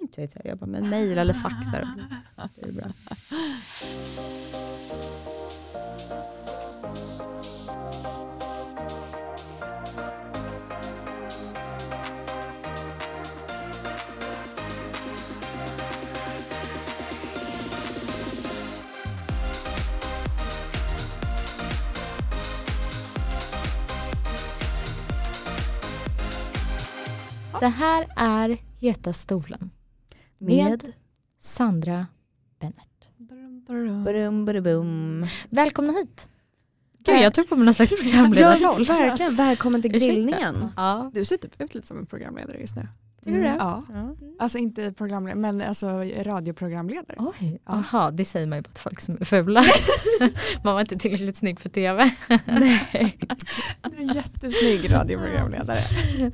inte jag i Jag bara, men mejl eller fax. Här. Det är bra. Det här är Heta stolen med Sandra Bennert. Brum, brum, brum. Välkomna hit. Eh, Gud, jag tog på mig någon slags programledarroll. verkligen. Välkommen till Ursäkta. grillningen. Ja. mm, Du ser typ ut lite som en programledare just nu. Tycker du det? Ja. Ja. Mm. Alltså inte programledare, men alltså radioprogramledare. Oj, Ja. aha, det säger man ju bara till folk som är fula. man var inte tillräckligt snygg för tv. Du är en jättesnygg radioprogramledare.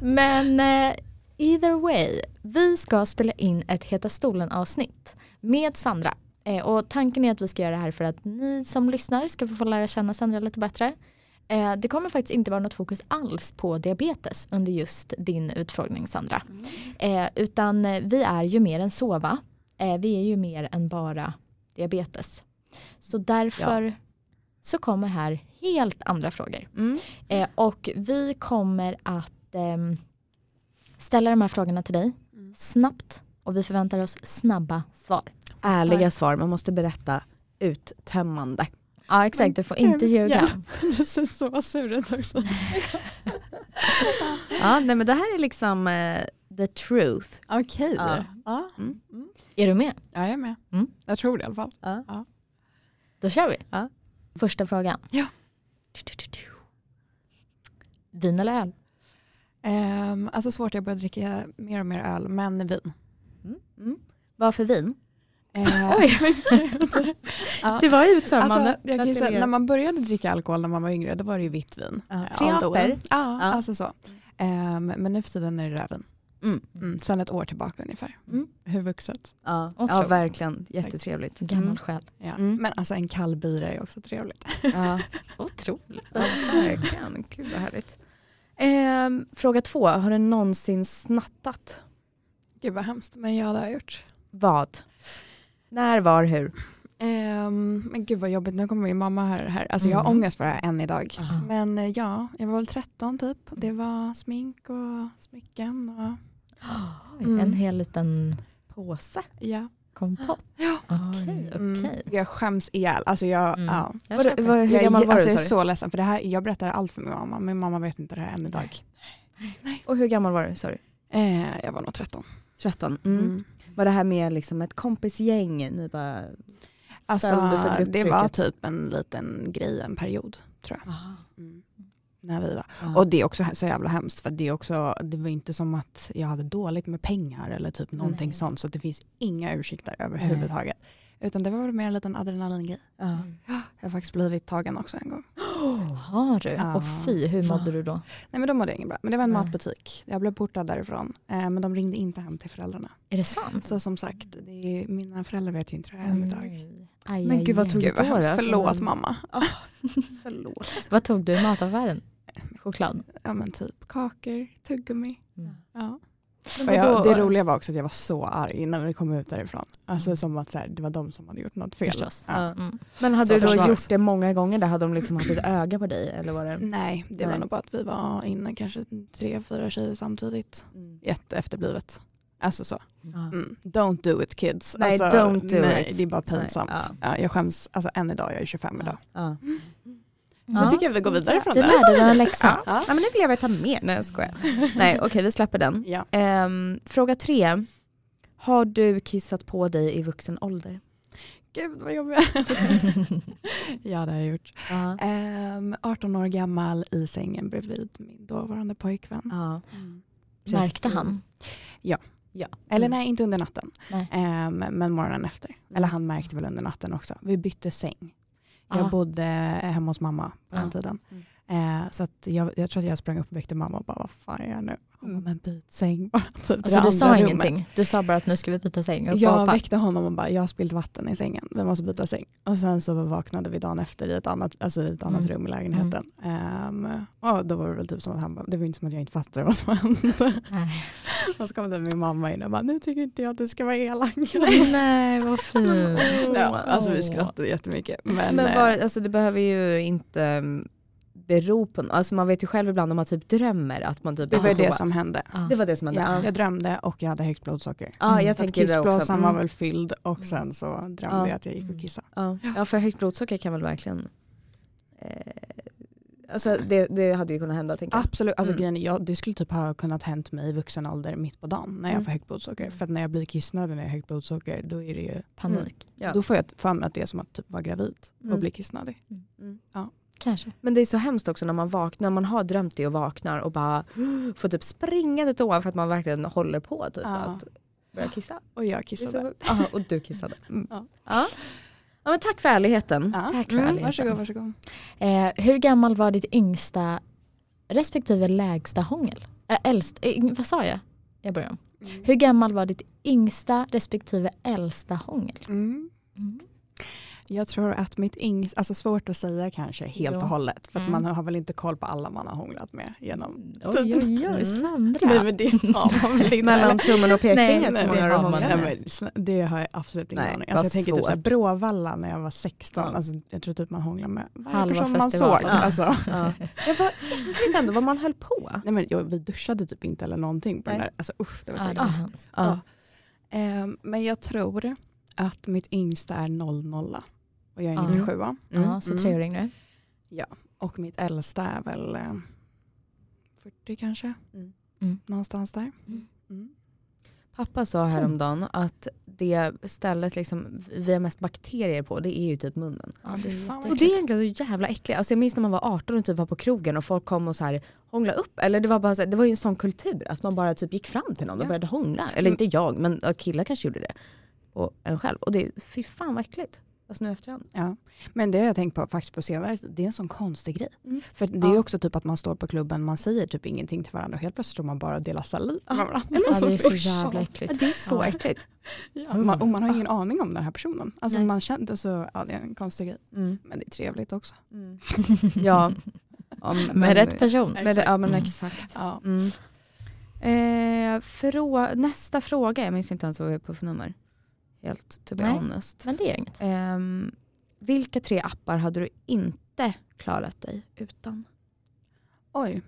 Men eh, either way, vi ska spela in ett Heta stolen avsnitt med Sandra. Eh, och tanken är att vi ska göra det här för att ni som lyssnar ska få lära känna Sandra lite bättre. Eh, det kommer faktiskt inte vara något fokus alls på diabetes under just din utfrågning Sandra. Eh, utan eh, vi är ju mer än sova. Eh, vi är ju mer än bara diabetes. Så därför så kommer här helt andra frågor. Mm. Eh, och vi kommer att ehm, ställa de här frågorna till dig Mm. snabbt och vi förväntar oss snabba svar. Ärliga svar, man måste berätta uttömmande. Ja exakt, du får inte ljuga. Du ser så sur ut också. Ja, nej, men det här är liksom eh, the truth. Okej. Ja. Ja. Ja. Mm. Är du med? jag är med. Mm. Jag tror det i alla fall. Då kör vi. Ja. Första frågan. Ja. Vin eller öl? Ehm, alltså svårt, jag börjar dricka mer och mer öl, men vin. Mm. Vad för vin? Ehm, Oj, Ja. Det var uttömmande. Alltså, jag kan ju säga, när Mm. man började dricka alkohol när man var yngre, då var det ju vitt vin. Ja. Eh, Tre Aldoen. apor. Ja, Ja. alltså så. Ehm, men nu för tiden är det rödvin. Mm. Mm, sen ett år tillbaka ungefär. Mm. Hur vuxet. Ja, ja Otroligt. verkligen. Jättetrevligt. Gammal själ. Ja. Mm. Men alltså en kall bira är också trevligt. Mm. Ja. Otroligt. ja, verkligen. Gud vad härligt. Ehm, fråga två, har du någonsin snattat? Gud vad hemskt, men ja det har jag gjort. Vad? När, var, hur? Ehm, men gud vad jobbigt, nu kommer min mamma här. här. Alltså jag har Mm. ångest för det här än idag. Ja. Men eh, ja, jag var väl 13 typ. Det var smink och smycken och Oj, Mm. En hel liten påse ja. kompott. Ja. Okej, Mm. okej. Jag skäms ihjäl. Alltså jag, Mm. ja. Jag Var, köper. var, hur jag, är gammal jä- var alltså, du? jag sa är du? så ledsen för det här, jag berättar allt för min mamma. Min mamma vet inte det här än idag. Och hur gammal var du? Sorry. Eh, jag var nog 13. 13. Mm. Var det här med liksom ett kompisgäng? Ni bara... Alltså, Följde för det var grupptrycket. typ en liten grej, en period tror jag. Mm. När vi var. Ja. Och det är också he- så jävla hemskt för det, är också, det var inte som att jag hade dåligt med pengar eller typ någonting Nej. sånt så det finns inga ursäkter Nej. överhuvudtaget. Utan det var väl mer en liten adrenalingrej. Ja. Jag har faktiskt blivit tagen också en gång. Har du? Ja. Och fy, hur mådde Va? du då? Nej men de mådde jag inget bra. Men det var en Nej. matbutik. Jag blev portad därifrån. Eh, men de ringde inte hem till föräldrarna. Är det sant? Så som sagt, det är, mina föräldrar vet ju inte det här än idag. Nej. Aj, Men aj, gud, vad aj. tog- Mm. Gud Då vad då? hemskt. Förlåt mamma. Förlåt. Vad tog du i mataffären? Mm. Choklad? Ja men typ kakor, tuggummi. Mm. Ja. Men Och jag, vadå? det roliga var också att jag var så arg innan vi kom ut därifrån. Alltså som att så här, det var de som hade gjort något fel. Förstås. Ja. Mm. Men hade Så du då försvaras. gjort det många gånger? Där hade de liksom haft ett öga på dig? Eller var det... Nej, det var Nej. nog bara att vi var inne kanske tre, fyra tjejer samtidigt. Jätteefterblivet. Alltså så. Mm. Ja. Mm. Don't do it kids. Nej, alltså, don't do nej, it. Det är bara pinsamt. Nej, ja. jag skäms alltså, än idag, jag är 25 idag. Ja. Nu tycker jag vi går vidare från Du det. lärde dig en läxa. Ja. Nej men nu vill jag veta mer. Nej jag skojar. Nej okej vi släpper den. Ja. Ehm, fråga tre. Har du kissat på dig i vuxen ålder? Gud vad jobbiga. ja det har jag gjort. Ja. Ehm, 18 år gammal i sängen bredvid min dåvarande pojkvän. ja. Mm. Märkte han? Eller nej, inte under natten. Mm. Nej. Mm. Ehm, men morgonen efter. Eller han märkte väl under natten också. Vi bytte säng. Jag Ah. bodde hemma hos mamma på den Ah. tiden. Mm. Eh, så att jag, jag tror att jag sprang upp och väckte mamma och bara vad fan är jag nu? Hon bara, Mm. men byt säng bara. Typ till Alltså det du sa andra rummet. ingenting. Du sa bara att nu ska vi byta säng och Jag hoppa. väckte honom och bara, jag har spillt vatten i sängen, vi måste byta säng. Och sen så vaknade vi dagen efter i ett annat, alltså i ett annat Mm. rum i lägenheten. Ehm, och då var det väl typ som att han bara, det var ju inte som att jag inte fattade vad som hände. Nej. och så kom det min mamma in och bara, nu tycker inte jag att du ska vara elak. Nej vad fint. ja, alltså vi skrattade jättemycket. Men, Men eh, bara, alltså det behöver ju inte mm, bero på alltså man vet ju själv ibland om man typ drömmer att man typ det var ju har det toa. som hände. Ja. det var det som hände. Ja, jag drömde och jag hade högt blodsocker. Ja, Mm. jag Att Att tänker det också. kissblåsan var Mm. väl fylld och sen så drömde Ja. jag att jag gick och Mm. kissade. Ja. ja, för högt blodsocker kan väl verkligen... Eh, alltså det, det hade ju kunnat hända tänker jag. Absolut, alltså Mm. grejen är, jag, det skulle typ ha kunnat hänt mig i vuxen ålder mitt på dagen när jag Mm. får högt blodsocker. För att när jag blir kissnödig när jag har högt blodsocker då, är det ju, Panik. Ja. då får jag för mig att det är som att typ vara gravid och Mm. bli kissnödig. Kanske. Men det är så hemskt också när man vaknar, man har drömt det och vaknar och bara får typ springa till toan för att man verkligen håller på typ Ja. att börja kissa. Och jag Det är så kissade. sjukt. Ja, och du kissade. Mm. Ja. Ja. Ja. men tack för ärligheten. Ja. Tack för mm. ärligheten. Varsågod, varsågod. Eh, hur gammal var ditt yngsta respektive lägsta hångel? Äh, äldst, eh, vad sa jag? Jag börjar om. Hur gammal var ditt yngsta respektive äldsta hångel? Mm. Jag tror att mitt yngst, alltså svårt att säga kanske helt Ja. och hållet för att Mm. man har väl inte koll på alla man har hånglat med genom Oj, oj, oj, Mm. Sandra. Nej men det har man väl inte. Mellan tummen och Nej, pekfingret nej, som man det har har att man. hångla Nej, med. men, sn- det har jag absolut ingen Nej, aning vad alltså, Jag tänker typ svårt. såhär, Bråvalla när jag var 16, alltså, jag tror typ man hånglade med varje Halva person man såg. festivalen. Ja. Alltså. Ja. Det var äckligt ändå vad man höll på. Nej, men, jag, vi duschade typ inte eller någonting på den Nej. där. Alltså, usch, det var så Ja, det var äckligt. hemskt. Ja. Ehm, men jag tror att mitt yngsta är 00 och jag är Ja. 97 Mm. Ja, så treåring nu. och mitt äldsta är väl eh, 40 kanske. Mm. Mm. Någonstans där. Mm. Mm. Pappa sa häromdagen att det stället liksom vi har mest bakterier på det är ju typ munnen. Ja, det är Fan, vad typ Och det är jätteäckligt. egentligen så jävla äckligt. Alltså jag minns när man var 18 och typ var på krogen och folk kom och så här hånglade upp. Eller det var, bara så här, det var ju en sån kultur att man bara typ gick fram till någon och Ja. började hångla. Eller inte jag men ja, killar kanske gjorde det. Och en själv. Och det fy fan vad äckligt. Alltså nu efterhand. Ja. Men det har jag tänkt på faktiskt på senare tid, det är en sån konstig grej. Mm. För det är ju Ja. också typ att man står på klubben, man säger typ ingenting till varandra och helt plötsligt står man bara och delar saliv Ja. med varandra. Ja, det är så Alltså, usch, jävla Ja, äckligt. det är så Ja. äckligt. Ja. Man, och man har ingen aning om den här personen. Alltså Nej. man kände så, ja det är en konstig grej. Mm. Men det är trevligt också. Ja. ja Med rätt person. men, Ja men Mm. exakt. Ja. Mm. Eh, frå- nästa fråga, jag minns inte ens vad vi är på för nummer. Helt to be Nej. honest. Men det gör inget. Ehm, vilka tre appar hade du inte klarat dig utan? Oj.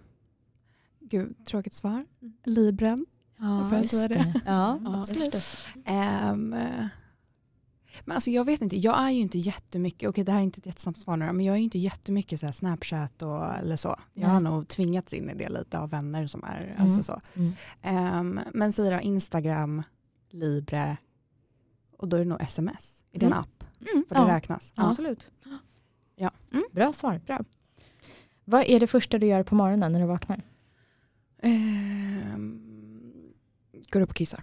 Gud, tråkigt svar. Mm. Libren. Får Ja, jag just säga det? det. Ja. Ja. Absolut. Ehm, eh, men alltså jag vet inte, jag är ju inte jättemycket, okej det här är inte ett jättesnabbt svar nu, men jag är ju inte jättemycket så här Snapchat och, eller så. Jag har Nej. nog tvingats in i det lite av vänner som är, Mm. alltså så. Mm. Ehm, men säg då Instagram, Libre och då är det nog sms. Är det en Mm. app? Mm, För det Ja. Mm. räknas. Ja. Absolut. Bra svar. Bra. Vad är det första du gör på morgonen när du vaknar? Ehm, går upp och kissar.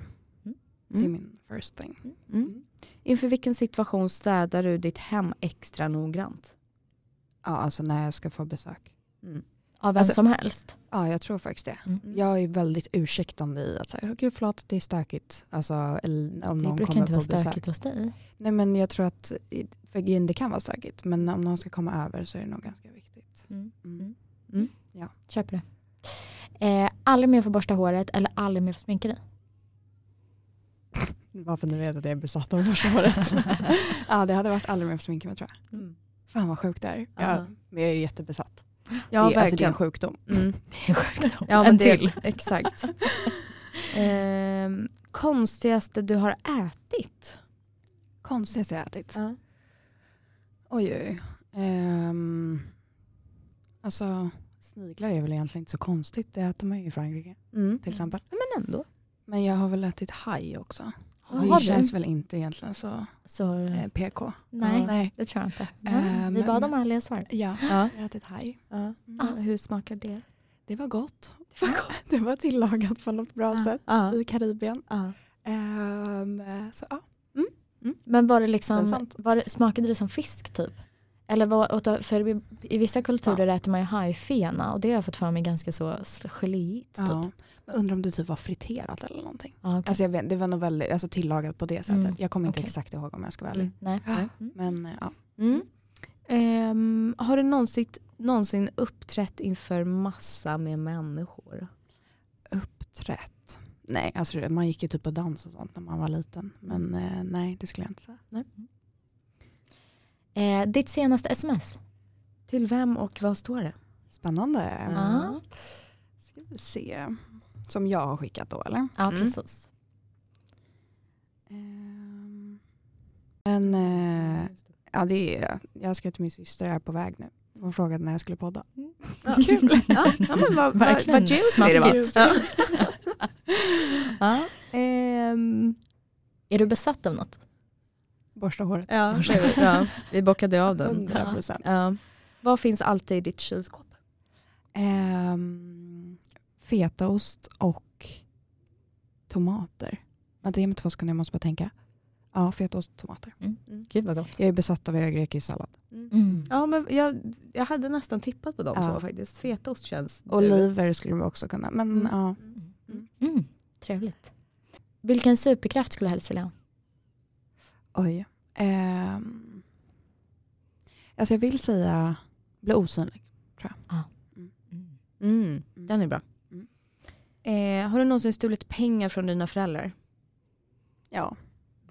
Det är Mm. min first thing. Mm. Inför vilken situation städar du ditt hem extra noggrant? Ja, alltså när jag ska få besök. Av vem Alltså- som helst? Ja, jag tror faktiskt det. Mm. Jag är väldigt ursäktande i att säga, "Åh, gud förlåt det är stökigt. Alltså, eller om Det någon brukar kommer inte på vara besök. stökigt hos dig. Nej men jag tror att, för grejen, det kan vara stökigt, men om någon ska komma över så är det nog ganska viktigt. Mm. Mm. Köper det. Eh, aldrig mer få borsta håret eller aldrig mer få sminka dig. Varför ni vet Mm. att jag är besatt av borstehåret. ja det hade varit aldrig mer för sminka mig tror jag. Mm. Fan vad sjukt det är. Ja. Ja, men jag är jättebesatt. Ja det, är, alltså, det är en sjukdom. Mm. Det är sjukt. Ja, men en det- till. Exakt. Ehm, konstigaste du har ätit? Konstigt jag ätit. Ja. Oj oj. oj. Ehm, alltså sniglar är väl egentligen inte så konstigt. Det äter man ju i Frankrike Mm. till exempel. Men ändå. Men jag har väl ätit haj också. Ja, det har du? känns väl inte egentligen så Så, eh, PK. nej, Nej. det tror jag inte. Eh, Vi men- bad om ärliga svar. Ja, Ja. jag har ätit haj. Ja. Mm. Ah, hur smakar det? Det var gott. Det var gott. Det var tillagat på något bra Ja. sätt Ja. i Karibien. Ja. Ehm, så ja. Men var det liksom, Lönsamt. var det, smakade det som fisk typ? Eller vad, åt- för i- i vissa kulturer äter man ju hajfena och det har jag fått för mig ganska så geléigt. Typ. Ja. Men undrar om det typ var friterat eller någonting. Ja, okej. Alltså jag vet, det var nog väldigt, alltså tillagat på det sättet. Mm. Jag kommer inte Okej. exakt ihåg om jag ska vara ärlig. Mm. Nej. Ja. Mm. Men eh, ja. Mm. Ehm, har du någonsin, någonsin uppträtt inför massa med människor? Uppträtt. Nej, alltså det- man gick ju typ på dans och sånt när man var liten. Men eh, nej, det skulle jag inte säga. Eh, ditt senaste sms? Till vem och vad står det? Spännande. Ja. Ja, Ska vi se. Som jag har skickat då eller? ja Mm. precis. Ehm, Men eh, ja, det är, jag skrev till min syster, jag är på väg nu. Hon frågade när jag skulle podda. Ja, kul. ja, ja, men vad, vad, Verkligen vad juicy det var. smaskigt. Ja. Ehm, Är du besatt av något? Borsta håret. ja, det är vi. ja, vi bockade av den. 100 procent. Ja. Vad finns alltid i ditt kylskåp? Ehm, fetaost och tomater. Vänta, ge mig två sekunder, jag måste bara tänka. Ja, fetaost och tomater. Gud vad gott. Jag är besatt av att göra grekisk sallad. Mm. Ja, men jag, jag hade nästan tippat på de Ja. två faktiskt. Fetaost känns du. Oliver skulle man också kunna, men Mm. ja. Mm. Mm. Trevligt. Vilken superkraft skulle du helst vilja ha? Oj. Ehm, alltså jag vill säga bli osynlig. Mm, den är bra. Mm. Eh, har du någonsin stulit pengar från dina föräldrar? Ja.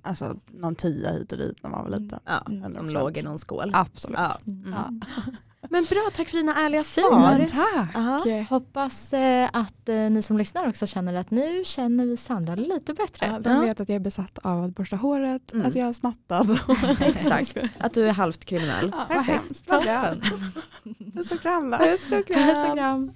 Alltså någon tia hit och dit när man var liten. Ja, Mm. som låg i någon skål. Absolut. Ja. Ja. Men bra, tack för dina ärliga Fint. svar. tack. Ja, hoppas eh, att eh, ni som lyssnar också känner att nu känner vi Sandra lite bättre. Ja, de vet att jag är besatt av att borsta håret, Mm. att jag har snattat. Exakt, att du är halvt kriminell. Ja, vad hemskt. Vad bra. Puss och kram då. Puss och kram.